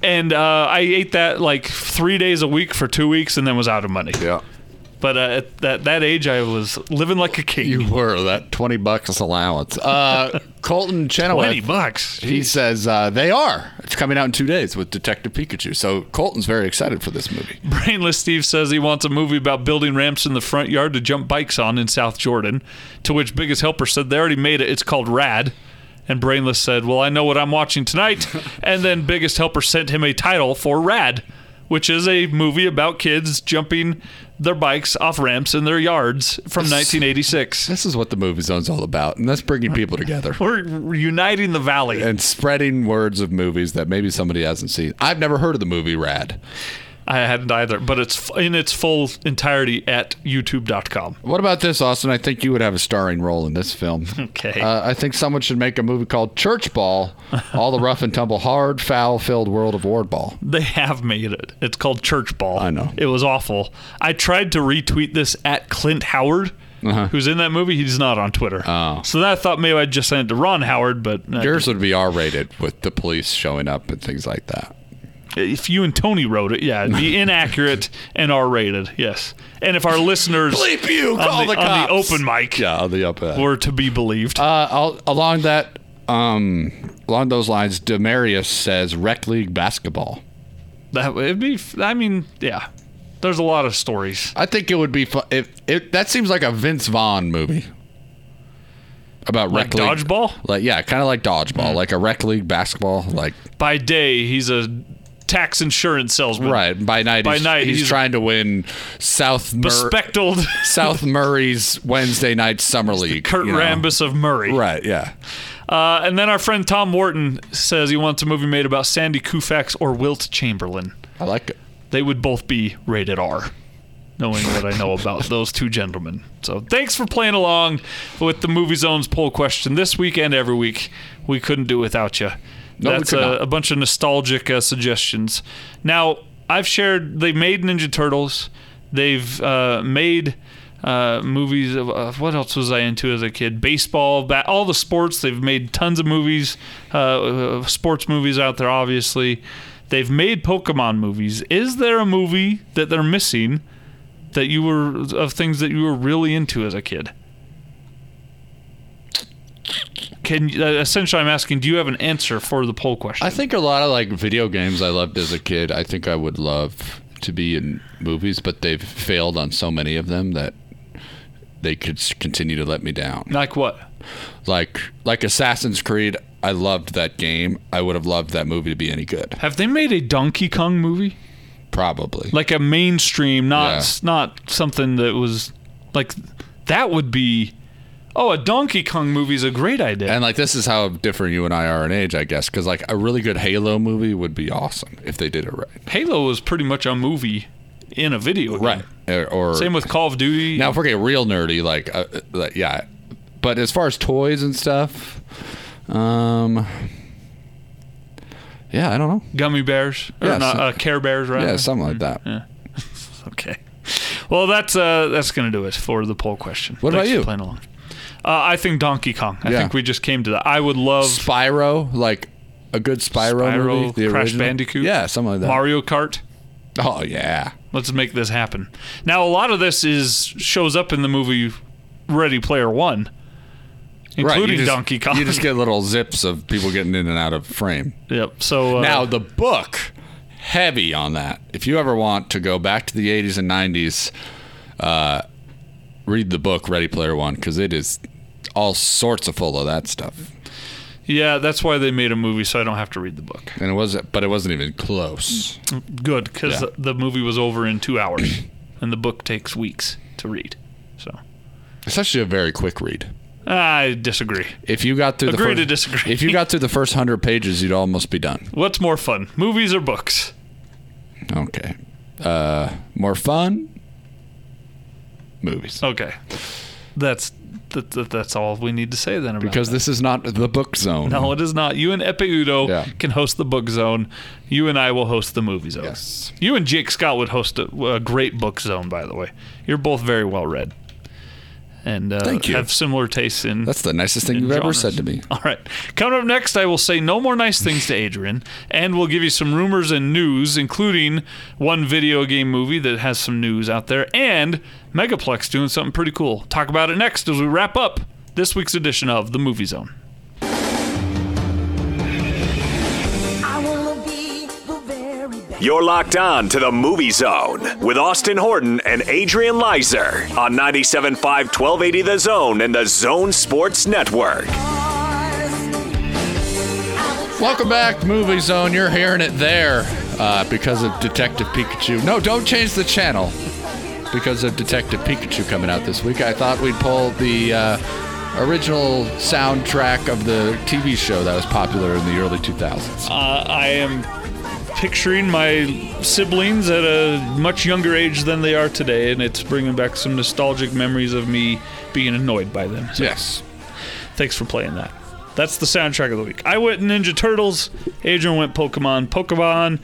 S2: And uh, I ate that like three days a week for two weeks, and then was out of money.
S3: Yeah.
S2: But uh, at that, that age, I was living like a king.
S3: You were that twenty bucks allowance. Uh, Colton Chenoweth.
S2: 20 bucks.
S3: He says uh, they are. It's coming out in two days with Detective Pikachu. So Colton's very excited for this movie.
S2: Brainless Steve says he wants a movie about building ramps in the front yard to jump bikes on in South Jordan. To which Biggest Helper said they already made it. It's called Rad. And Brainless said, Well, I know what I'm watching tonight. and then Biggest Helper sent him a title for Rad, which is a movie about kids jumping their bikes off ramps in their yards from 1986.
S3: This is what the movie zone's all about, and that's bringing people together
S2: We're uniting the valley.
S3: and spreading words of movies that maybe somebody hasn't seen. I've never heard of the movie Rad.
S2: I hadn't either, but it's f- in its full entirety at youtube.com.
S3: What about this, Austin? I think you would have a starring role in this film.
S2: Okay.
S3: Uh, I think someone should make a movie called Church Ball, all the rough and tumble, hard, foul-filled world of ward ball.
S2: They have made it. It's called Church Ball.
S3: I know.
S2: It was awful. I tried to retweet this at Clint Howard,
S3: Uh-huh.
S2: who's in that movie. He's not on Twitter. Oh. So then I thought maybe I'd just send it to Ron Howard, but uh,
S3: Yours would be R-rated with the police showing up and things like that.
S2: if you and Tony wrote it, yeah, it'd be inaccurate and R rated. Yes. And if our listeners
S3: Bleep you!
S2: on,
S3: Call
S2: the,
S3: the,
S2: on the
S3: cops.
S2: open mic
S3: Yeah, on the open.
S2: were to be believed.
S3: Uh, al- along that, um, along those lines, Demarius says rec league basketball.
S2: that would be, f- I mean, yeah. There's a lot of stories.
S3: I think it would be fun if it. That seems like a Vince Vaughn movie about
S2: Like
S3: rec league
S2: dodgeball? Mm.
S3: Like yeah, kind of like dodgeball, like a rec league basketball. Like
S2: By day, he's a tax insurance salesman.
S3: right by night,
S2: By
S3: he's,
S2: night,
S3: he's,
S2: he's-
S3: trying to win South Mur-
S2: Speckled
S3: South Murray's Wednesday night summer league.
S2: Kurt
S3: you know?
S2: Rambis of Murray.
S3: Right, yeah.
S2: Uh, and then our friend Tom Wharton says he wants a movie made about Sandy Koufax or Wilt Chamberlain.
S3: I like it.
S2: They would both be rated R, knowing what I know about those two gentlemen. So thanks for playing along with the Movie Zone's poll question this week and every week. We couldn't do without you.
S3: No, we
S2: That's
S3: could
S2: a,
S3: not.
S2: a bunch of nostalgic uh, suggestions. Now, I've shared they made Ninja Turtles. They've uh, made uh, movies. Of, uh, what else was I into as a kid? Baseball, bat, all the sports. They've made tons of movies, uh, uh, sports movies out there. Obviously, they've made Pokemon movies. Is there a movie that they're missing that you were of things that you were really into as a kid? Can you- uh, essentially, I'm asking, do you have an answer for the poll question?
S3: I think a lot of like video games I loved as a kid. I think I would love to be in movies, but they've failed on so many of them that they could s- continue to let me down.
S2: like what?
S3: Like like Assassin's Creed, I loved that game. I would have loved that movie to be any good,
S2: Have they made a Donkey Kong movie?
S3: probably.
S2: like a mainstream, not
S3: Yeah.
S2: not something that was like that would be. Oh, a Donkey Kong movie is a great idea.
S3: and like this is how different you and I are in age, I guess, because like a really good Halo movie would be awesome if they did it right.
S2: Halo was pretty much a movie in a video. game.
S3: Or, or
S2: Same with Call of Duty.
S3: Now, if we're getting real nerdy, like, uh, uh, like yeah. But as far as toys and stuff, um, yeah, I don't know.
S2: Gummy Bears or
S3: Yeah,
S2: not,
S3: some-
S2: uh, Care Bears, right?
S3: Yeah, something like that.
S2: okay. Well, that's uh, that's gonna do it for the poll question.
S3: What about
S2: Thanks for
S3: you?
S2: Playing along. Uh, I think Donkey Kong. I
S3: Yeah.
S2: think we just came to that. I would love
S3: Spyro, like a good Spyro,
S2: Spyro,
S3: movie, the
S2: Crash
S3: original.
S2: Bandicoot,
S3: Yeah, something like that.
S2: Mario Kart.
S3: Oh yeah,
S2: let's make this happen. Now a lot of this is shows up in the movie Ready Player One,
S3: Right, you
S2: including
S3: just-
S2: Donkey Kong.
S3: You just get little zips of people getting in and out of frame.
S2: yep. So uh,
S3: Now the book heavy on that. If you ever want to go back to the 80s and 90s, uh, read the book Ready Player One because it is all sorts of full of that stuff.
S2: yeah, that's why they made a movie, so I don't have to read the book.
S3: And it was, but it wasn't even close.
S2: Good, because
S3: Yeah.
S2: the movie was over in two hours, and the book takes weeks to read. So
S3: It's actually a very quick read.
S2: I disagree.
S3: If you got through
S2: Agree
S3: the
S2: to
S3: first,
S2: disagree.
S3: if you got through the first hundred pages, you'd almost be done.
S2: What's more fun, movies or books?
S3: Okay, uh, more fun movies
S2: Okay, that's that, that, that's all we need to say then. About
S3: because
S2: that.
S3: this is not the book zone.
S2: No, it is not. You and Epe Udo
S3: Yeah.
S2: can host the book zone. You and I will host the movie zone.
S3: Yes.
S2: You and Jake Scott would host a, a great book zone, by the way. You're both very well read, and uh,
S3: Thank you.
S2: have similar tastes in.
S3: that's the nicest thing
S2: in
S3: you've ever
S2: genres.
S3: said to me.
S2: All right. Coming up next, I will say no more nice things to Adrian, and we'll give you some rumors and news, including one video game movie that has some news out there, and Megaplex doing something pretty cool. Talk about it next as we wrap up this week's edition of The Movie Zone.
S5: I wanna be the very best.
S1: You're locked on to the Movie Zone with Austin Horton and Adrian Leiser on 97.5 1280 The Zone and the Zone Sports Network.
S3: Welcome back, Movie Zone. You're hearing it there uh, because of Detective Pikachu. No, don't change the channel because of Detective Pikachu coming out this week. I thought we'd pull the uh, original soundtrack of the TV show that was popular in the early 2000s.
S2: Uh, I am picturing my siblings at a much younger age than they are today, and it's bringing back some nostalgic memories of me being annoyed by them. So
S3: Yes.
S2: thanks for playing that. That's the soundtrack of the week. I went Ninja Turtles. Adrian went Pokemon. Pokemon,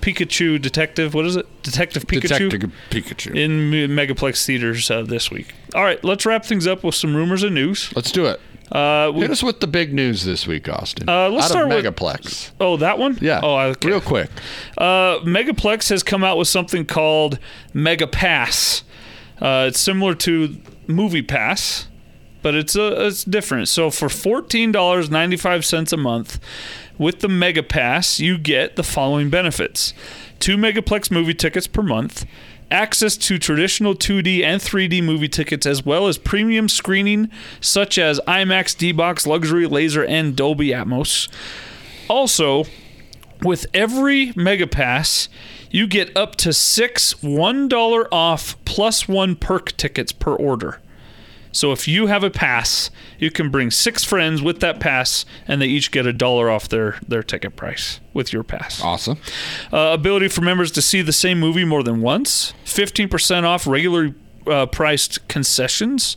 S2: Pikachu, Detective. What is it? Detective Pikachu
S3: Detective Pikachu.
S2: in Me- Megaplex theaters uh, this week. All right, let's wrap things up with some rumors and news.
S3: Let's do it.
S2: Uh, we,
S3: Hit us with the big news this week, Austin.
S2: Uh, let's
S3: Out
S2: start
S3: of
S2: with-
S3: Megaplex.
S2: oh, that one?
S3: Yeah.
S2: Oh, okay.
S3: real quick.
S2: Uh, Megaplex has come out with something called Mega Pass. Uh, it's similar to Movie Pass, but it's a, it's different. So for fourteen dollars ninety five cents a month, with the Mega Pass, you get the following benefits: two Megaplex movie tickets per month. Access to traditional 2D and 3D movie tickets, as well as premium screening such as IMAX, D Box, Luxury, Laser, and Dolby Atmos. Also, with every mega pass, you get up to six $1 off plus one perk tickets per order. So if you have a pass, you can bring six friends with that pass, and they each get a dollar off their, their ticket price with your pass.
S3: Awesome.
S2: Uh, ability for members to see the same movie more than once. 15% off regular uh, priced concessions.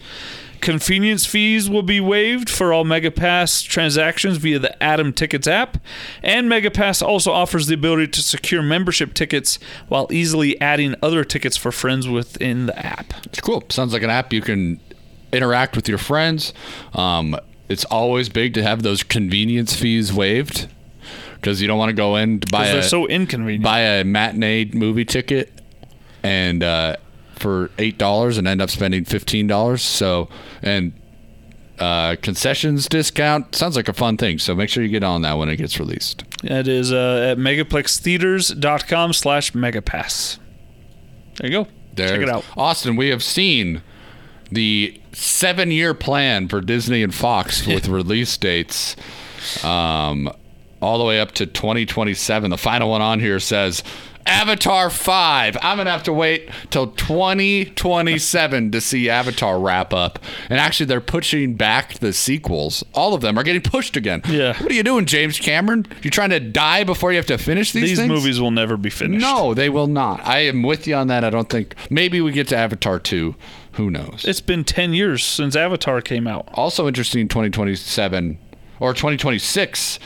S2: Convenience fees will be waived for all MegaPass transactions via the Atom Tickets app. And MegaPass also offers the ability to secure membership tickets while easily adding other tickets for friends within the app.
S3: It's cool. Sounds like an app you can interact with your friends. Um, it's always big to have those convenience fees waived because you don't want to go in to buy
S2: Because
S3: a,
S2: they're so inconvenient.
S3: buy a matinee movie ticket and uh, for eight dollars and end up spending fifteen dollars. So and uh, concessions discount sounds like a fun thing. So make sure you get on that when it gets released.
S2: It is uh, at megaplextheaters.com slash megapass. There you go. Check
S3: There's-
S2: it out.
S3: Austin. We have seen the seven-year plan for Disney and Fox with release dates, um, all the way up to 2027. The final one on here says. Avatar 5. I'm going to have to wait till 2027 to see Avatar wrap up. And actually, they're pushing back the sequels. All of them are getting pushed again.
S2: Yeah.
S3: What are you doing, James Cameron? You're trying to die before you have to finish these,
S2: These
S3: things?
S2: movies will never be finished.
S3: No, they will not. I am with you on that. I don't think maybe we get to Avatar 2. Who knows?
S2: It's been 10 years since Avatar came out.
S3: also interesting 2027 or 2026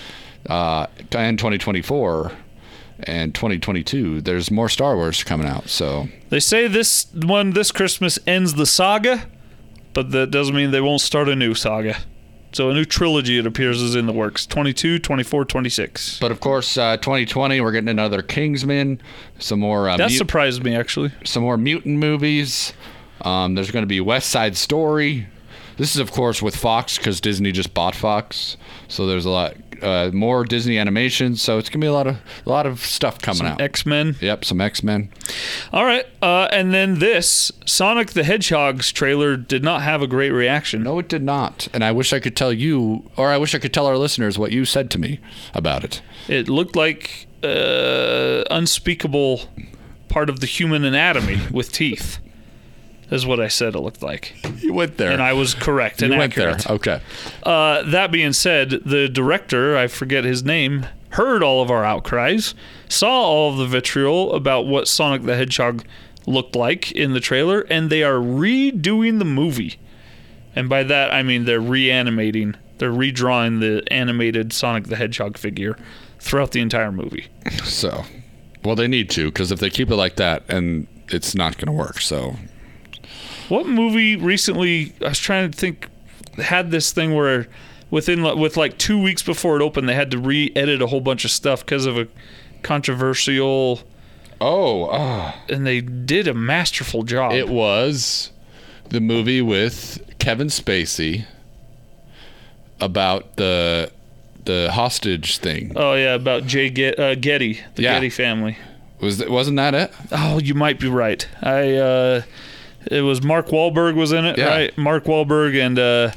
S3: uh, and 2024 and 2022 there's more Star Wars coming out. So,
S2: They say this one this Christmas ends the saga, but that doesn't mean they won't start a new saga. So a new trilogy it appears is in the works. 22, 24, 26.
S3: but of course uh, 2020 we're getting another Kingsman, some more uh,
S2: That
S3: mut-
S2: surprised me actually.
S3: some more mutant movies. Um, there's going to be West Side Story. This is, of course, with Fox because Disney just bought Fox. So there's a lot uh, more Disney animations. So it's going to be a lot of a lot of stuff coming out.
S2: X-Men.
S3: yep, some X Men.
S2: All right. Uh, and then this Sonic the Hedgehog's trailer did not have a great reaction.
S3: No, it did not. And I wish I could tell you, or I wish I could tell our listeners what you said to me about it.
S2: It looked like uh, unspeakable part of the human anatomy with teeth. Is what I said it looked like,
S3: You went there.
S2: and I was correct
S3: you
S2: and
S3: went
S2: accurate.
S3: there. Okay.
S2: Uh, that being said, the director, I forget his name, heard all of our outcries, saw all of the vitriol about what Sonic the Hedgehog looked like in the trailer, and they are redoing the movie. And by that, I mean they're reanimating, they're redrawing the animated Sonic the Hedgehog figure throughout the entire movie.
S3: So, well, they need to because if they keep it like that, and it's not going to work. So
S2: What movie recently? I was trying to think. Had this thing where within li- with like two weeks before it opened, they had to re-edit a whole bunch of stuff because of a controversial,
S3: oh. ah.
S2: and they did a masterful job.
S3: It was the movie with Kevin Spacey about the the hostage thing.
S2: oh yeah, about Jay Get, uh, Getty, the
S3: Yeah.
S2: Getty family.
S3: Was th- wasn't that it?
S2: Oh, you might be right. I uh, it was Mark Wahlberg was in it,
S3: Yeah.
S2: right? Mark Wahlberg and uh,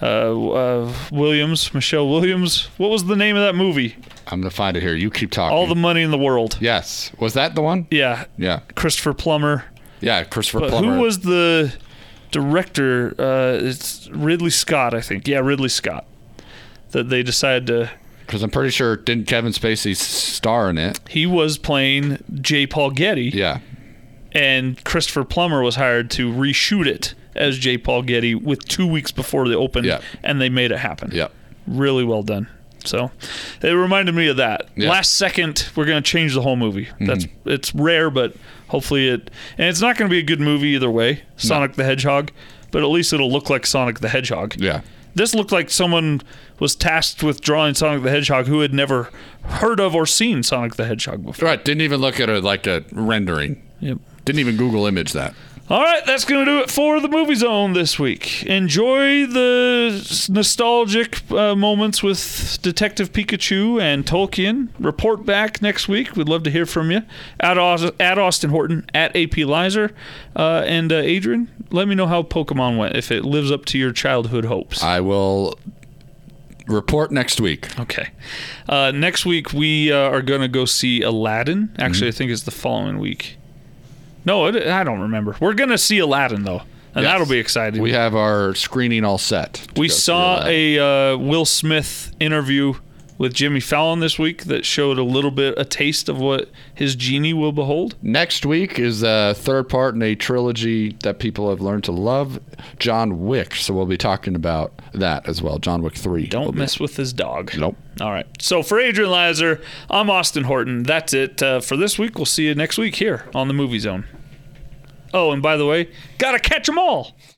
S2: uh, uh, Williams, Michelle Williams. What was the name of that movie?
S3: I'm gonna find it here. You keep talking.
S2: All the money in the world.
S3: yes, was that the one?
S2: Yeah,
S3: Yeah,
S2: Christopher Plummer.
S3: yeah. Christopher
S2: But
S3: Plummer.
S2: who was the director? Uh, it's Ridley Scott, I think. Yeah, Ridley Scott. That they decided to.
S3: Because I'm pretty sure didn't Kevin Spacey s- star in it?
S2: He was playing J. Paul Getty,
S3: Yeah.
S2: and Christopher Plummer was hired to reshoot it as J. Paul Getty with two weeks before the open,
S3: Yeah.
S2: and they made it happen.
S3: Yep.
S2: Really well done. So it reminded me of that.
S3: Yeah. Mm-hmm.
S2: Last second, we're going to change the whole movie. That's it's rare, but hopefully it and it's not going to be a good movie either way. Sonic the Hedgehog, but at least it'll look like Sonic the Hedgehog.
S3: Yeah.
S2: This looked like someone was tasked with drawing Sonic the Hedgehog who had never heard of or seen Sonic the Hedgehog before.
S3: Right. Didn't even look at it like a rendering.
S2: Yep.
S3: Didn't even Google image that.
S2: All right, that's going to do it for the Movie Zone this week. Enjoy the s- nostalgic uh, moments with Detective Pikachu and Tolkien. Report back next week. We'd love to hear from you. At, Aus- at Austin Horton, at AP Lizer. Uh, and uh, Adrian, let me know how Pokemon went, if it lives up to your childhood hopes.
S3: I will report next week.
S2: Okay. Uh, next week we uh, are going to go see Aladdin.
S3: Mm-hmm.
S2: Actually, I think it's the following week. No, it, I don't remember. We're going to see Aladdin though, and
S3: Yes.
S2: that'll be exciting.
S3: We have our screening all set. to
S2: We
S3: go through
S2: saw
S3: that.
S2: a uh, Will Smith interview with Jimmy Fallon this week that showed a little bit, a taste of what his genie will behold.
S3: Next week is the third part in a trilogy that people have learned to love, John Wick. So we'll be talking about that as well, John Wick 3.
S2: Don't mess with his dog.
S3: Nope.
S2: All right. So for Adrian Lizer, I'm Austin Horton. That's it uh, for this week. We'll see you next week here on the Movie Zone. Oh, and by the way, gotta catch 'em all.